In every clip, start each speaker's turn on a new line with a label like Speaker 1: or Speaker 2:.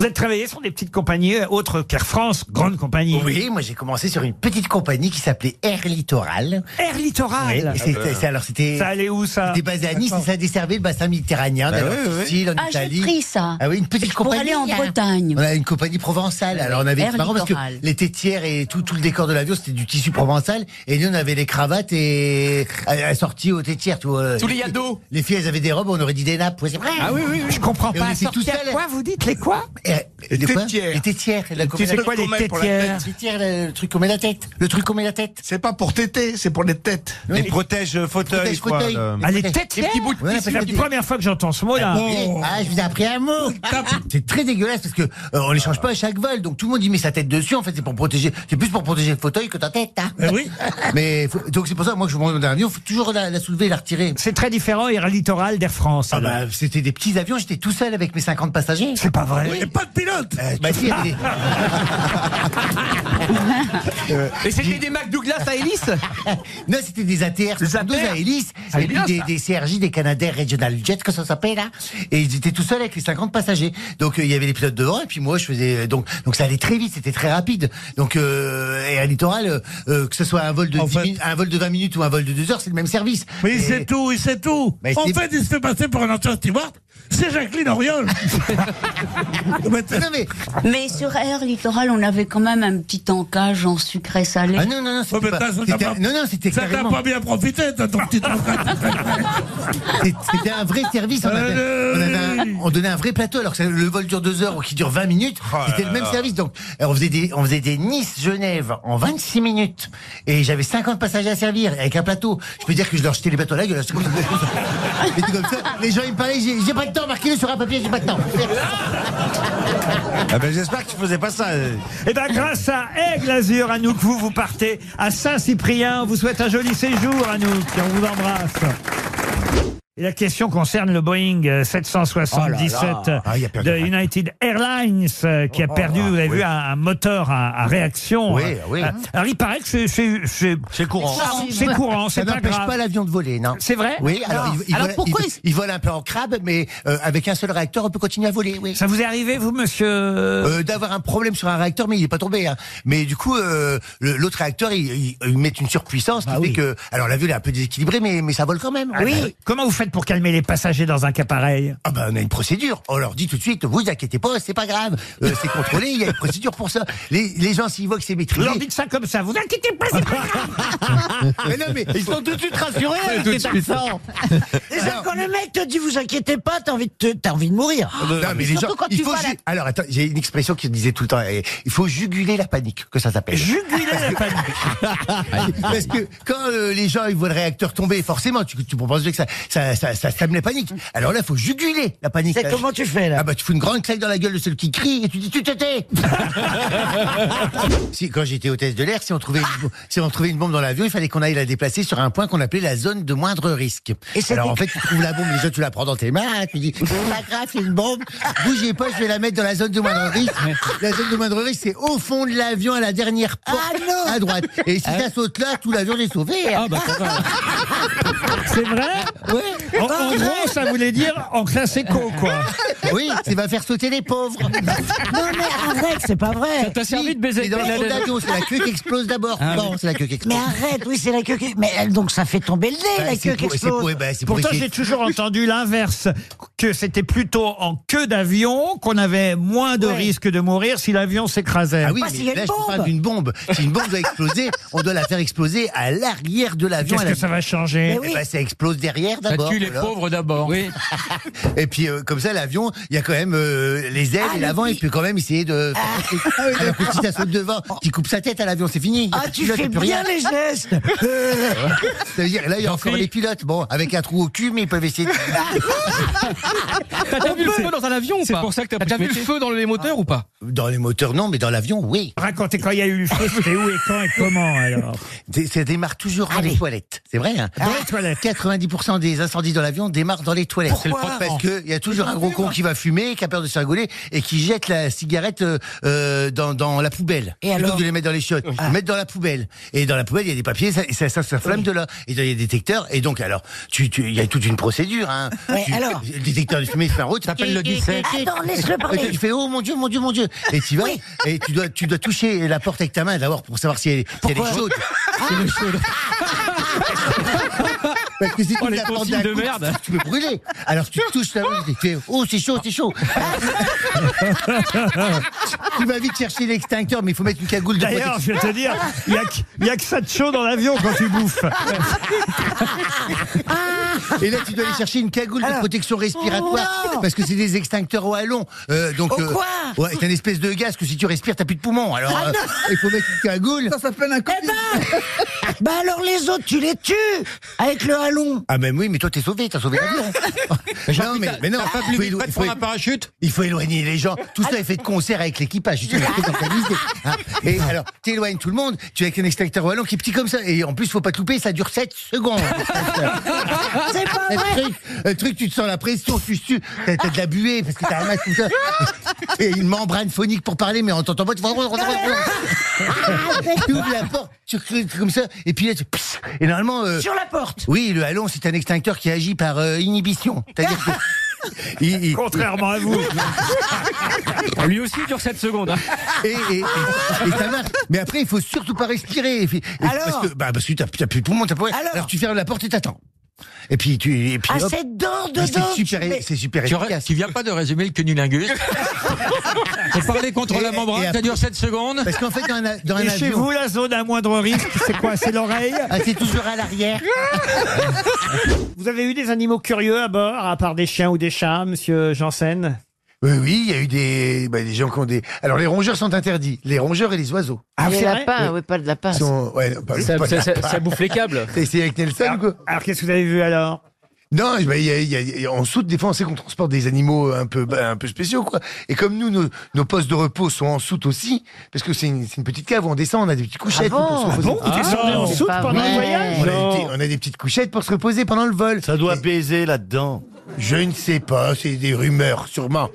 Speaker 1: Vous êtes travaillé sur des petites compagnies euh, autres qu'Air France, grande compagnie.
Speaker 2: Oui, moi j'ai commencé sur une petite compagnie qui s'appelait Air Littoral.
Speaker 1: Air
Speaker 3: Ah
Speaker 2: Oui,
Speaker 1: Littoral.
Speaker 2: et c'était- c'est- alors c'était
Speaker 1: Ça allait où ça
Speaker 2: c'était basé à Nice et ça desservait le bassin méditerranéen, dans
Speaker 3: ouais, ouais.
Speaker 2: en
Speaker 4: Ah, j'ai
Speaker 2: Italie.
Speaker 4: pris ça.
Speaker 2: Ah oui, une petite
Speaker 4: Pour
Speaker 2: compagnie.
Speaker 4: aller en
Speaker 2: Il y a-
Speaker 4: Bretagne.
Speaker 2: On a une compagnie provençale. Alors on avait
Speaker 4: Air
Speaker 2: c'est marrant parce que
Speaker 4: Littoral.
Speaker 2: les tétières et tout, tout le décor de l'avion c'était du tissu provençal et nous on avait les cravates et assorties aux tétières. Tout, euh,
Speaker 3: Tous les yados.
Speaker 2: Les filles elles avaient des robes, on aurait dit des nappes. Ouais, c'est vrai.
Speaker 3: Ah oui, oui, oui.
Speaker 1: Je comprends
Speaker 2: Et
Speaker 1: pas.
Speaker 2: on était
Speaker 1: Sorti
Speaker 2: tout
Speaker 1: à
Speaker 2: seul.
Speaker 1: quoi vous dites les quoi
Speaker 2: les, quoi
Speaker 3: tétières.
Speaker 2: Les tétières. La
Speaker 1: Tu sais
Speaker 2: la-
Speaker 1: quoi les
Speaker 3: quand même, pour la
Speaker 1: tétières
Speaker 2: les tétières, le, le truc qu'on met la tête. Le truc qu'on met la tête.
Speaker 3: C'est pas pour téter, c'est pour les têtes.
Speaker 2: Non,
Speaker 5: Les
Speaker 2: les-
Speaker 5: protèges fauteuils,
Speaker 2: protège
Speaker 5: quoi.
Speaker 2: fauteuil.
Speaker 5: le-
Speaker 1: Ah les
Speaker 2: Les
Speaker 1: têtes
Speaker 3: petits bouts de
Speaker 2: Ouais,
Speaker 1: C'est
Speaker 2: tissu.
Speaker 1: la première fois que j'entends ce mot là.
Speaker 2: Ah, je vous ai appris un mot. C'est très dégueulasse parce que euh, on les change pas à chaque vol, donc tout le monde y met sa tête dessus. En fait, c'est pour protéger. C'est plus pour protéger le fauteuil que ta tête. Hein.
Speaker 1: Eh oui.
Speaker 2: Mais faut- donc c'est pour ça, moi, que je monte dans l'avion, faut toujours la, la soulever, et la retirer.
Speaker 1: C'est très différent Air Littoral d'Air France.
Speaker 2: Ah
Speaker 1: alors.
Speaker 2: bah, c'était des petits avions, j'étais tout seul avec mes 50 passagers.
Speaker 1: C'est pas vrai.
Speaker 3: pas de pilote
Speaker 2: Euh, bah, si, il y avait des-
Speaker 3: Et c'était des Mac Douglas à hélice
Speaker 2: non, c'était des ATR,
Speaker 3: Des
Speaker 2: 72
Speaker 3: ATR.
Speaker 2: à hélice,
Speaker 3: Ah,
Speaker 2: et
Speaker 3: bien,
Speaker 2: puis des,
Speaker 3: ça.
Speaker 2: des CRJ, des Canadair Regional Jet, que ça s'appelle là. Et ils étaient tout seuls avec les 50 passagers. Donc euh, il y avait les pilotes devant, et puis moi je faisais euh, donc donc ça allait très vite, c'était très rapide. Donc euh, et à littoral, euh, euh, que ce soit un vol de
Speaker 6: En
Speaker 2: 10
Speaker 6: fait-
Speaker 2: minutes, un vol de 20 minutes ou un vol de 2 heures, c'est le même service.
Speaker 6: Mais
Speaker 2: Et-
Speaker 6: il sait tout, il sait tout.
Speaker 2: Mais
Speaker 6: en
Speaker 2: c'est-
Speaker 6: fait, il se fait passer pour un ancien steward. C'est Jacqueline Auriol. Mais t'es-
Speaker 2: Ah, Non mais
Speaker 4: Mais sur Air Littoral, on avait quand même un petit tankage en sucré salé.
Speaker 2: ah non non non
Speaker 6: Oh, mais
Speaker 2: c'était pas-
Speaker 6: t'as- ça t'a
Speaker 2: c'était
Speaker 6: pas-
Speaker 2: un- non non c'était
Speaker 6: Ça t'a
Speaker 2: carrément
Speaker 6: pas bien profité, t'as ton petit
Speaker 2: C'est- C'était un vrai service. On, avait- on avait un- on donnait un vrai plateau, alors que ça- le vol dure deux heures ou qui dure 20 minutes. C'était le même service. Donc, euh, on faisait des, on faisait des Nice-Genève en 26 minutes. Et j'avais 50 passagers à servir avec un plateau. Je peux dire que je leur jetais les plateaux à la gueule. C'était comme ça. C'était comme ça. Les gens, ils me parlaient, j'ai j'ai pas le temps, marquez-le sur un papier, j'ai pas le temps.
Speaker 5: Ah ben, j'espère que tu faisais pas ça. euh.
Speaker 1: Et bien, Eh ben, grâce à Aigle Azur, Anouk, vous, vous partez à Saint-Cyprien. On vous souhaite un joli séjour, Anouk, et on vous embrasse. Et la question concerne le Boeing euh, 777
Speaker 2: Ah, il a perdu.
Speaker 1: de United Airlines euh, qui a perdu, vous avez vu, un, un moteur à, à réaction.
Speaker 2: Oh Oui, ah
Speaker 1: Euh,
Speaker 2: oui.
Speaker 1: euh, Alors, il paraît que c'est- c'est c'est-
Speaker 2: C'est courant.
Speaker 1: c'est courant,
Speaker 2: Ça
Speaker 1: c'est pas
Speaker 2: n'empêche
Speaker 1: grave.
Speaker 2: pas l'avion de voler, non
Speaker 1: C'est vrai
Speaker 2: Oui, alors, il, il
Speaker 7: Alors
Speaker 2: vole,
Speaker 7: pourquoi
Speaker 2: il-
Speaker 7: ils-
Speaker 2: il vole un peu en crabe, mais euh, avec un seul réacteur, on peut continuer à voler, oui.
Speaker 1: Ça vous est arrivé, vous, monsieur
Speaker 2: Euh, d'avoir un problème sur un réacteur, mais il n'est pas tombé. hein. Mais du coup, euh, le- l'autre réacteur, il, il- il met une surpuissance qui
Speaker 7: Bah
Speaker 2: fait que, alors l'avion il est un peu déséquilibré, mais, mais ça vole quand
Speaker 7: Ah,
Speaker 2: même.
Speaker 1: Oui. euh, Comment vous faites pour calmer les passagers dans un cas pareil
Speaker 2: Ah ben, on a une procédure. On leur dit tout de suite, vous inquiétez pas, c'est pas grave, Euh, c'est contrôlé, il y a une procédure pour ça. Les, les gens s'ils voient que c'est
Speaker 1: Vous
Speaker 2: maîtrisé.
Speaker 1: leur dites ça comme ça, vous inquiétez pas, c'est pas grave.
Speaker 2: Mais non, mais ils sont tout de suite rassurés.
Speaker 7: Déjà, quand le mec te dit vous inquiétez pas, t'as envie de te- t'as envie de mourir.
Speaker 2: Ah, Non, mais les gens,
Speaker 7: Surtout quand
Speaker 2: il
Speaker 7: tu
Speaker 2: faut
Speaker 7: vois la-
Speaker 2: ju- Alors attends, j'ai une expression qui disait tout le temps, eh, il faut juguler la panique, que ça s'appelle.
Speaker 1: Jugulez la panique.
Speaker 2: Parce que quand euh, les gens ils voient le réacteur tomber, forcément, tu, tu penses bien que ça, ça, ça, ça sème les paniques. Alors là, faut juguler la panique.
Speaker 7: C'est comment tu fais
Speaker 2: Ah
Speaker 7: là
Speaker 2: bah tu fous une grande claque dans la gueule de celui qui crie et tu dis tu te tais. si quand j'étais hôtesse de l'air, si on trouvait une, bo- si on trouvait une bombe dans l'avion, il fallait qu'on aille la déplacer sur un point qu'on appelait la zone de moindre risque.
Speaker 7: Et c'était-
Speaker 2: Alors en fait tu trouves la bombe, déjà tu la prends dans tes mains, hein, tu dis c'est pas grave, c'est une bombe, bougez pas, je vais la mettre dans la zone de moindre risque. La zone de moindre risque c'est au fond de l'avion à la dernière porte à droite. Et si ça saute là, tout l'avion est sauvé.
Speaker 6: Ah.
Speaker 1: C'est vrai en, en gros, ça voulait dire en classe éco, quoi.
Speaker 2: Oui, ça va faire sauter les pauvres. Ah,
Speaker 7: Non mais arrête, c'est pas vrai.
Speaker 8: T'as servi de
Speaker 2: C'est
Speaker 8: baiser.
Speaker 2: dans le fond de l'avion, c'est la queue qui explose d'abord. Non, c'est la queue qui explose.
Speaker 7: Mais arrête, oui c'est la queue qui. Mais elle, donc ça fait tomber le nez
Speaker 2: Bah,
Speaker 7: la
Speaker 2: c'est
Speaker 7: queue qui
Speaker 2: pour- c'est pour-
Speaker 7: explose.
Speaker 2: eh ben, c'est pour
Speaker 1: Pourtant,
Speaker 2: essayer-
Speaker 1: j'ai toujours entendu l'inverse, que c'était plutôt en queue d'avion qu'on avait moins de
Speaker 7: Ouais.
Speaker 1: risques de mourir si l'avion s'écrasait.
Speaker 2: Ah oui,
Speaker 7: Pas s'il y a
Speaker 2: mais là,
Speaker 7: une
Speaker 2: je te parle
Speaker 7: bombe.
Speaker 2: d'une bombe. Si une bombe doit exploser, on doit la faire exploser à l'arrière de l'avion.
Speaker 1: Qu'est-ce
Speaker 2: à la-
Speaker 1: que ça va changer
Speaker 7: Mais oui.
Speaker 2: Eh ben, ça explose derrière
Speaker 8: Ça
Speaker 2: d'abord.
Speaker 8: tue les
Speaker 2: voilà.
Speaker 8: pauvres d'abord. Oui.
Speaker 2: Et puis euh, comme ça, l'avion, il y a quand même euh, les ailes
Speaker 7: Ah,
Speaker 2: et
Speaker 7: le Ah.
Speaker 2: l'avant, et
Speaker 7: petit-
Speaker 2: puis quand même essayer de. Alors que si ça saute devant, qui coupe sa tête à l'avion, c'est fini.
Speaker 7: Oh. Ah tu
Speaker 2: Là,
Speaker 7: fais
Speaker 2: plus
Speaker 7: bien
Speaker 2: rien.
Speaker 7: les gestes.
Speaker 2: Ça veut dire, là, il y a encore les pilotes. Bon, avec un trou au cul, mais ils peuvent essayer. de-
Speaker 7: Ah.
Speaker 8: Ah, T'as déjà vu le feu dans un avion ou pas C'est pour ça que t'as déjà vu le feu dans les moteurs ou pas
Speaker 2: Dans les moteurs, non, mais dans l'avion, oui.
Speaker 1: Racontez quand il y a eu le feu, c'était où et quand et comment alors
Speaker 2: C'est- Ça démarre toujours dans les toilettes. C'est vrai, hein
Speaker 1: Dans les toilettes.
Speaker 2: 90% des incendies dans l'avion démarrent dans les toilettes.
Speaker 7: Pourquoi
Speaker 2: C'est le problème, Parce qu'il y a toujours un gros con qui va fumer, qui a peur de se rigoler et qui jette la cigarette euh, euh, dans, dans la poubelle.
Speaker 7: Et
Speaker 2: plutôt
Speaker 7: alors Ah.
Speaker 2: que de les mettre dans les chiottes, ils mettent dans la poubelle. Et dans la poubelle, il y a des papiers, ça, ça, ça, ça flamme de là. Et il y a des détecteurs. Et donc, alors, tu- tu- il y a toute une procédure. Hein.
Speaker 7: Ouais,
Speaker 2: Tu-
Speaker 7: alors
Speaker 2: Le détecteur de fumée, il fait un route.
Speaker 5: T'appelles le 17.
Speaker 2: Ah,
Speaker 7: Attends, laisse-le
Speaker 2: Et
Speaker 7: parler.
Speaker 2: tu fais oh mon dieu mon dieu mon dieu et tu vas et tu dois tu dois toucher la porte avec ta main d'abord pour savoir si elle, si elle est
Speaker 7: Pourquoi Ah.
Speaker 2: chaude. Si elle est chaude. Parce que si tu la porte d'un coup, tu peux brûler. Alors tu touches ta main et tu fais oh c'est chaud c'est chaud. tu vas vite chercher l'extincteur mais il faut mettre une cagoule de
Speaker 1: D'ailleurs, je vais te dire, il n'y a, que- il y a que ça de chaud dans l'avion quand tu bouffes.
Speaker 2: Et là, tu dois aller chercher une cagoule de protection respiratoire. parce que c'est des extincteurs au halon. Euh, donc,
Speaker 7: Oh Au quoi Ah
Speaker 2: ouais, c'est une espèce de gaz que si tu respires, t'as plus de poumons. Alors, euh, il faut mettre une cagoule.
Speaker 7: Eh ben Bah alors les autres, tu les tues Avec le hallon
Speaker 2: Ah, ben oui, mais toi, t'es sauvé, t'as sauvé l'avion. non, mais, mais non,
Speaker 5: Pas plus
Speaker 2: il faut,
Speaker 5: vite,
Speaker 2: élo-
Speaker 5: pas de
Speaker 2: il faut-
Speaker 5: prendre un parachute. Ah.
Speaker 2: il faut éloigner les gens. Tout ça est fait de concert avec l'équipage. Tu sais, c'est tout organisé, hein. Et alors, t'éloignes tout le monde, tu es avec un extincteur au halon qui est petit comme ça. Et en plus, faut pas te louper, ça dure 7 secondes. Ah.
Speaker 7: C'est pas
Speaker 2: Un
Speaker 7: vrai
Speaker 2: truc, un truc, tu te sens la pression, tu sues, t'as t'as de la buée parce que t'as un masque tout ça. Et une membrane phonique pour parler, mais en t'entend pas, tu Tu ouvres la porte, tu cries comme ça, et puis là, tu. Et normalement. euh,
Speaker 7: Sur la porte
Speaker 2: oui, le halon, c'est un extincteur qui agit par euh, inhibition. C'est-à-dire que. il- il-
Speaker 1: Contrairement à vous.
Speaker 8: Lui aussi dure 7 secondes. hein.
Speaker 2: et, et- et- et ça marche. Mais après, il faut surtout pas respirer. Et puis- et
Speaker 7: Alors
Speaker 2: parce que, bah, parce que t'as t'as plus de poumons, t'as pas.
Speaker 7: Alors
Speaker 2: tu fermes la porte et t'attends. Et puis tu. Et puis,
Speaker 7: Ah
Speaker 2: hop.
Speaker 7: c'est dedans,
Speaker 2: Mais
Speaker 7: dedans
Speaker 2: c'est super,
Speaker 7: tu mets-
Speaker 2: c'est
Speaker 8: Ah,
Speaker 2: super
Speaker 5: Tu,
Speaker 2: efficace.
Speaker 5: viens pas de résumer le cunnilingus.
Speaker 8: Faut parler contre
Speaker 2: Et-
Speaker 8: la membrane,
Speaker 2: et
Speaker 8: ça dure 7 secondes.
Speaker 2: Parce qu'en fait, dans un, a- dans un
Speaker 1: Et
Speaker 2: avion,
Speaker 1: chez vous, la zone à moindre risque, c'est quoi C'est l'oreille
Speaker 2: ah, c'est toujours à l'arrière.
Speaker 1: Vous avez eu des animaux curieux à bord, à part des chiens ou des chats, monsieur Janssen
Speaker 2: Oui, oui, il y a eu des, bah, des gens qui ont des. Alors les rongeurs sont interdits, les rongeurs et les oiseaux.
Speaker 1: Ah,
Speaker 9: Les
Speaker 1: c'est vrai
Speaker 9: lapins, oui, pas de lapin.
Speaker 8: Ah,
Speaker 2: Ils sont, ouais, bah, non, pas- pas-
Speaker 8: bouffe les câbles. Ah.
Speaker 2: T'as essayé avec Nelson ou quoi
Speaker 1: Alors, qu'est-ce que vous avez vu alors
Speaker 2: Non, bah, il y a- il y a- il y a- en soute, des fois, on sait qu'on transporte des animaux un peu, bah, un peu spéciaux, quoi. Et comme nous, nos, nos postes de repos sont en soute aussi, parce que c'est une, c'est une petite cave où on descend, on a des petites couchettes.
Speaker 9: Ah bon
Speaker 2: pour se reposer.
Speaker 1: Bon, vous descendez en
Speaker 9: c'est
Speaker 1: soute
Speaker 9: pas
Speaker 1: pendant le
Speaker 9: vrai.
Speaker 1: voyage
Speaker 2: on, a des
Speaker 1: Non.
Speaker 2: petits- on a des petites couchettes pour se reposer pendant le vol.
Speaker 5: Ah Ça doit baiser là-dedans.
Speaker 2: Je ne sais pas, c'est des rumeurs, sûrement.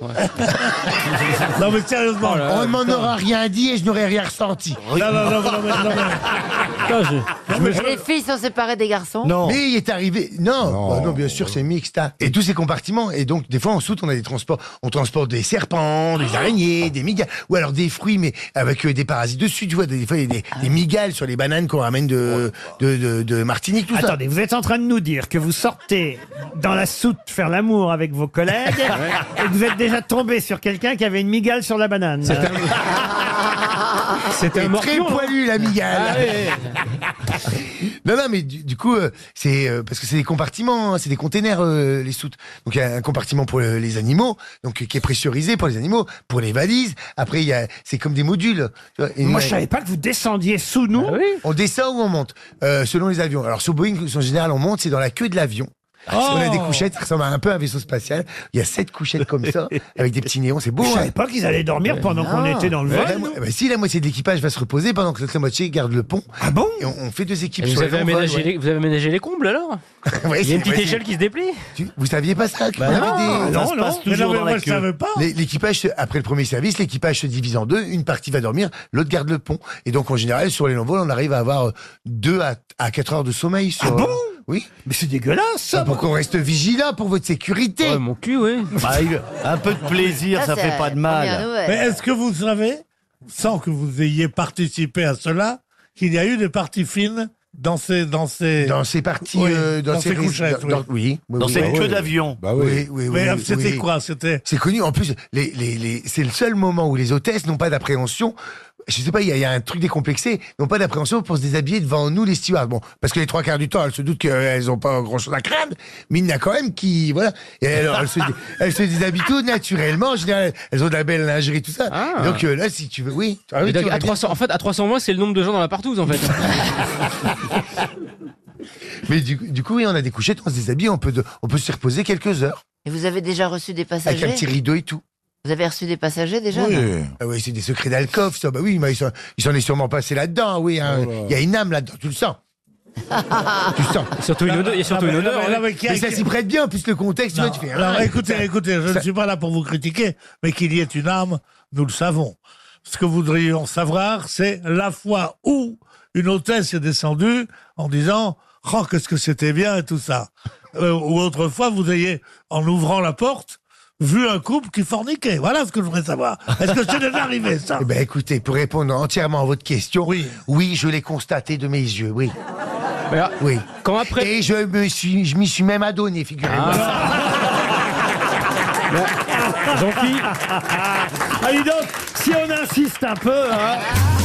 Speaker 6: Non, mais sérieusement.
Speaker 5: Ah,
Speaker 2: on ne m'en aura rien dit et je n'aurai rien ressenti.
Speaker 6: Non, non, non, non, non, non, non.
Speaker 9: Et les filles sont séparées des garçons
Speaker 5: Non.
Speaker 2: Mais il est arrivé. Non, Bah non, bien sûr, c'est mixte. hein. Et tous ces compartiments. Et donc, des fois, en soute, on a des transports. On transporte des serpents, des araignées, des migales. Ou alors des fruits, mais avec euh, des parasites dessus. Tu vois, des fois, il y a des, des migales sur les bananes qu'on ramène de, de, de- de Martinique, tout ça.
Speaker 1: Attendez, vous êtes en train de nous dire que vous sortez dans la soute faire l'amour avec vos collègues et que vous êtes déjà tombé sur quelqu'un qui avait une migale sur la banane.
Speaker 8: C'était un
Speaker 2: C'est très
Speaker 8: morpion. hein.
Speaker 2: poilu, la migale.
Speaker 8: Ah, ouais.
Speaker 2: Non, non, mais du, du coup, euh, c'est euh, parce que c'est des compartiments, hein, c'est des containers, euh, les soutes. Donc, il y a un compartiment pour le- les animaux, donc euh, qui est pressurisé pour les animaux, pour les valises. Après, il y a, c'est comme des modules. Tu vois, et
Speaker 1: Moi,
Speaker 2: une-
Speaker 1: je savais pas que vous descendiez sous nous.
Speaker 2: On descend ou on monte Euh, Selon les avions. Alors, sur Boeing, en général, on monte, c'est dans la queue de l'avion. On a des
Speaker 8: Oh.
Speaker 2: couchettes, ça ressemble à un peu à un vaisseau spatial. Il y a sept couchettes comme ça, avec des petits néons, c'est beau.
Speaker 1: Je
Speaker 2: hein.
Speaker 1: savais pas qu'ils allaient dormir pendant qu'on était dans le
Speaker 2: Ouais,
Speaker 1: vol.
Speaker 2: la mo- eh ben, si la moitié de l'équipage va se reposer pendant que l'autre moitié garde le pont,
Speaker 1: Ah bon
Speaker 2: et on, on fait deux équipes
Speaker 8: Et
Speaker 2: sur
Speaker 8: vous,
Speaker 2: les
Speaker 8: avez
Speaker 2: longs vols,
Speaker 8: aménagé
Speaker 2: ouais.
Speaker 8: les, vous avez aménagé les combles alors
Speaker 2: Ouais,
Speaker 8: Il y a
Speaker 2: c'est-
Speaker 8: une petite
Speaker 2: ouais,
Speaker 8: échelle qui se déplie
Speaker 2: c'est- tu- Vous saviez pas ça que- On avait des-
Speaker 1: Non, non.
Speaker 6: Mais non, mais moi, je savais pas.
Speaker 2: Les- L'équipage, se- après le premier service, l'équipage se divise en deux. Une partie va dormir, l'autre garde le pont. Et donc, en général, sur les longs vols, on arrive à avoir euh, deux à, à quatre heures de sommeil. Sur,
Speaker 1: Ah bon
Speaker 2: Oui.
Speaker 1: Mais c'est dégueulasse.
Speaker 2: Ah,
Speaker 1: ça.
Speaker 2: pour qu'on reste vigilant pour votre sécurité.
Speaker 8: Ouais, Mon cul, oui.
Speaker 5: un peu de plaisir, ça, fait pas de mal.
Speaker 6: Mais est-ce que vous savez, sans que vous ayez participé à cela, qu'il y a eu des parties fines dans ces. Dans ces...
Speaker 2: Dans ces parties,
Speaker 6: Oui,
Speaker 2: euh, dans,
Speaker 6: dans
Speaker 2: ces
Speaker 6: ces
Speaker 2: ris-
Speaker 6: couchettes,
Speaker 2: dans-
Speaker 6: oui.
Speaker 2: dans- oui. oui,
Speaker 5: Dans
Speaker 2: oui,
Speaker 5: cette
Speaker 2: oui,
Speaker 5: queue
Speaker 2: oui.
Speaker 5: d'avion.
Speaker 2: Bah oui, oui, oui,
Speaker 6: Mais
Speaker 2: oui,
Speaker 6: c'était
Speaker 2: oui.
Speaker 6: quoi C'était.
Speaker 2: C'est connu. En plus, les, les, les- c'est le seul moment où les hôtesses n'ont pas d'appréhension. Je sais pas, il y, a- il y a un truc décomplexé. N'ont pas d'appréhension pour se déshabiller devant nous, les stewards. Bon, parce que les trois quarts du temps, elles se doutent qu'elles ont pas grand chose à craindre. Mais il y en a quand même qui, voilà. Et alors, elles se, dé- elles se déshabillent tout naturellement. En général, elles ont de la belle lingerie, tout ça.
Speaker 8: Ah.
Speaker 2: Et Donc euh, là, si tu veux, oui. Ah oui,
Speaker 8: Et donc,
Speaker 2: tu vois,
Speaker 8: à 300, en fait, à 300 mois, c'est le nombre de gens dans la partouze en fait.
Speaker 2: Mais du, du coup, oui, on a des couchettes, on se déshabille, on peut, de- on peut se reposer quelques heures.
Speaker 9: Et vous avez déjà reçu des
Speaker 2: Avec un
Speaker 9: passagers
Speaker 2: petit rideau et tout.
Speaker 9: Vous avez reçu des passagers déjà non
Speaker 2: Ah oui, c'est des secrets d'alcove, ça. Bah oui, mais ils sont- ils s'en est sûrement passé là-dedans, oui. hein. Il y a une âme là-dedans, tu le sens. tu le sens.
Speaker 8: Surtout une odeur. Il y a surtout une odeur. bah, ouais.
Speaker 2: Mais ça s'y prête bien, puisque le contexte, tu vois, tu fais.
Speaker 6: Alors
Speaker 2: ah,
Speaker 6: écoutez,
Speaker 2: putain.
Speaker 6: écoutez, je ne suis pas là pour vous critiquer, mais qu'il y ait une âme, nous le savons. Ce que voudrions savoir, c'est la fois où une hôtesse est descendue en disant « Oh, qu'est-ce que c'était bien !» et tout ça. Euh, ou autrefois, vous ayez, en ouvrant la porte, vu un couple qui forniquait. Voilà ce que je voudrais savoir. Est-ce que c'est déjà arrivé, ça
Speaker 2: Eh ben écoutez, pour répondre entièrement à votre question, oui, je l'ai constaté de mes yeux, oui.
Speaker 8: Mais alors,
Speaker 2: Oui.
Speaker 8: Quand après.
Speaker 2: Et je me suis, je m'y suis même adonné, figurez-vous.
Speaker 8: Jean-Pierre,
Speaker 1: Ah, dis donc, si on insiste un peu, hein,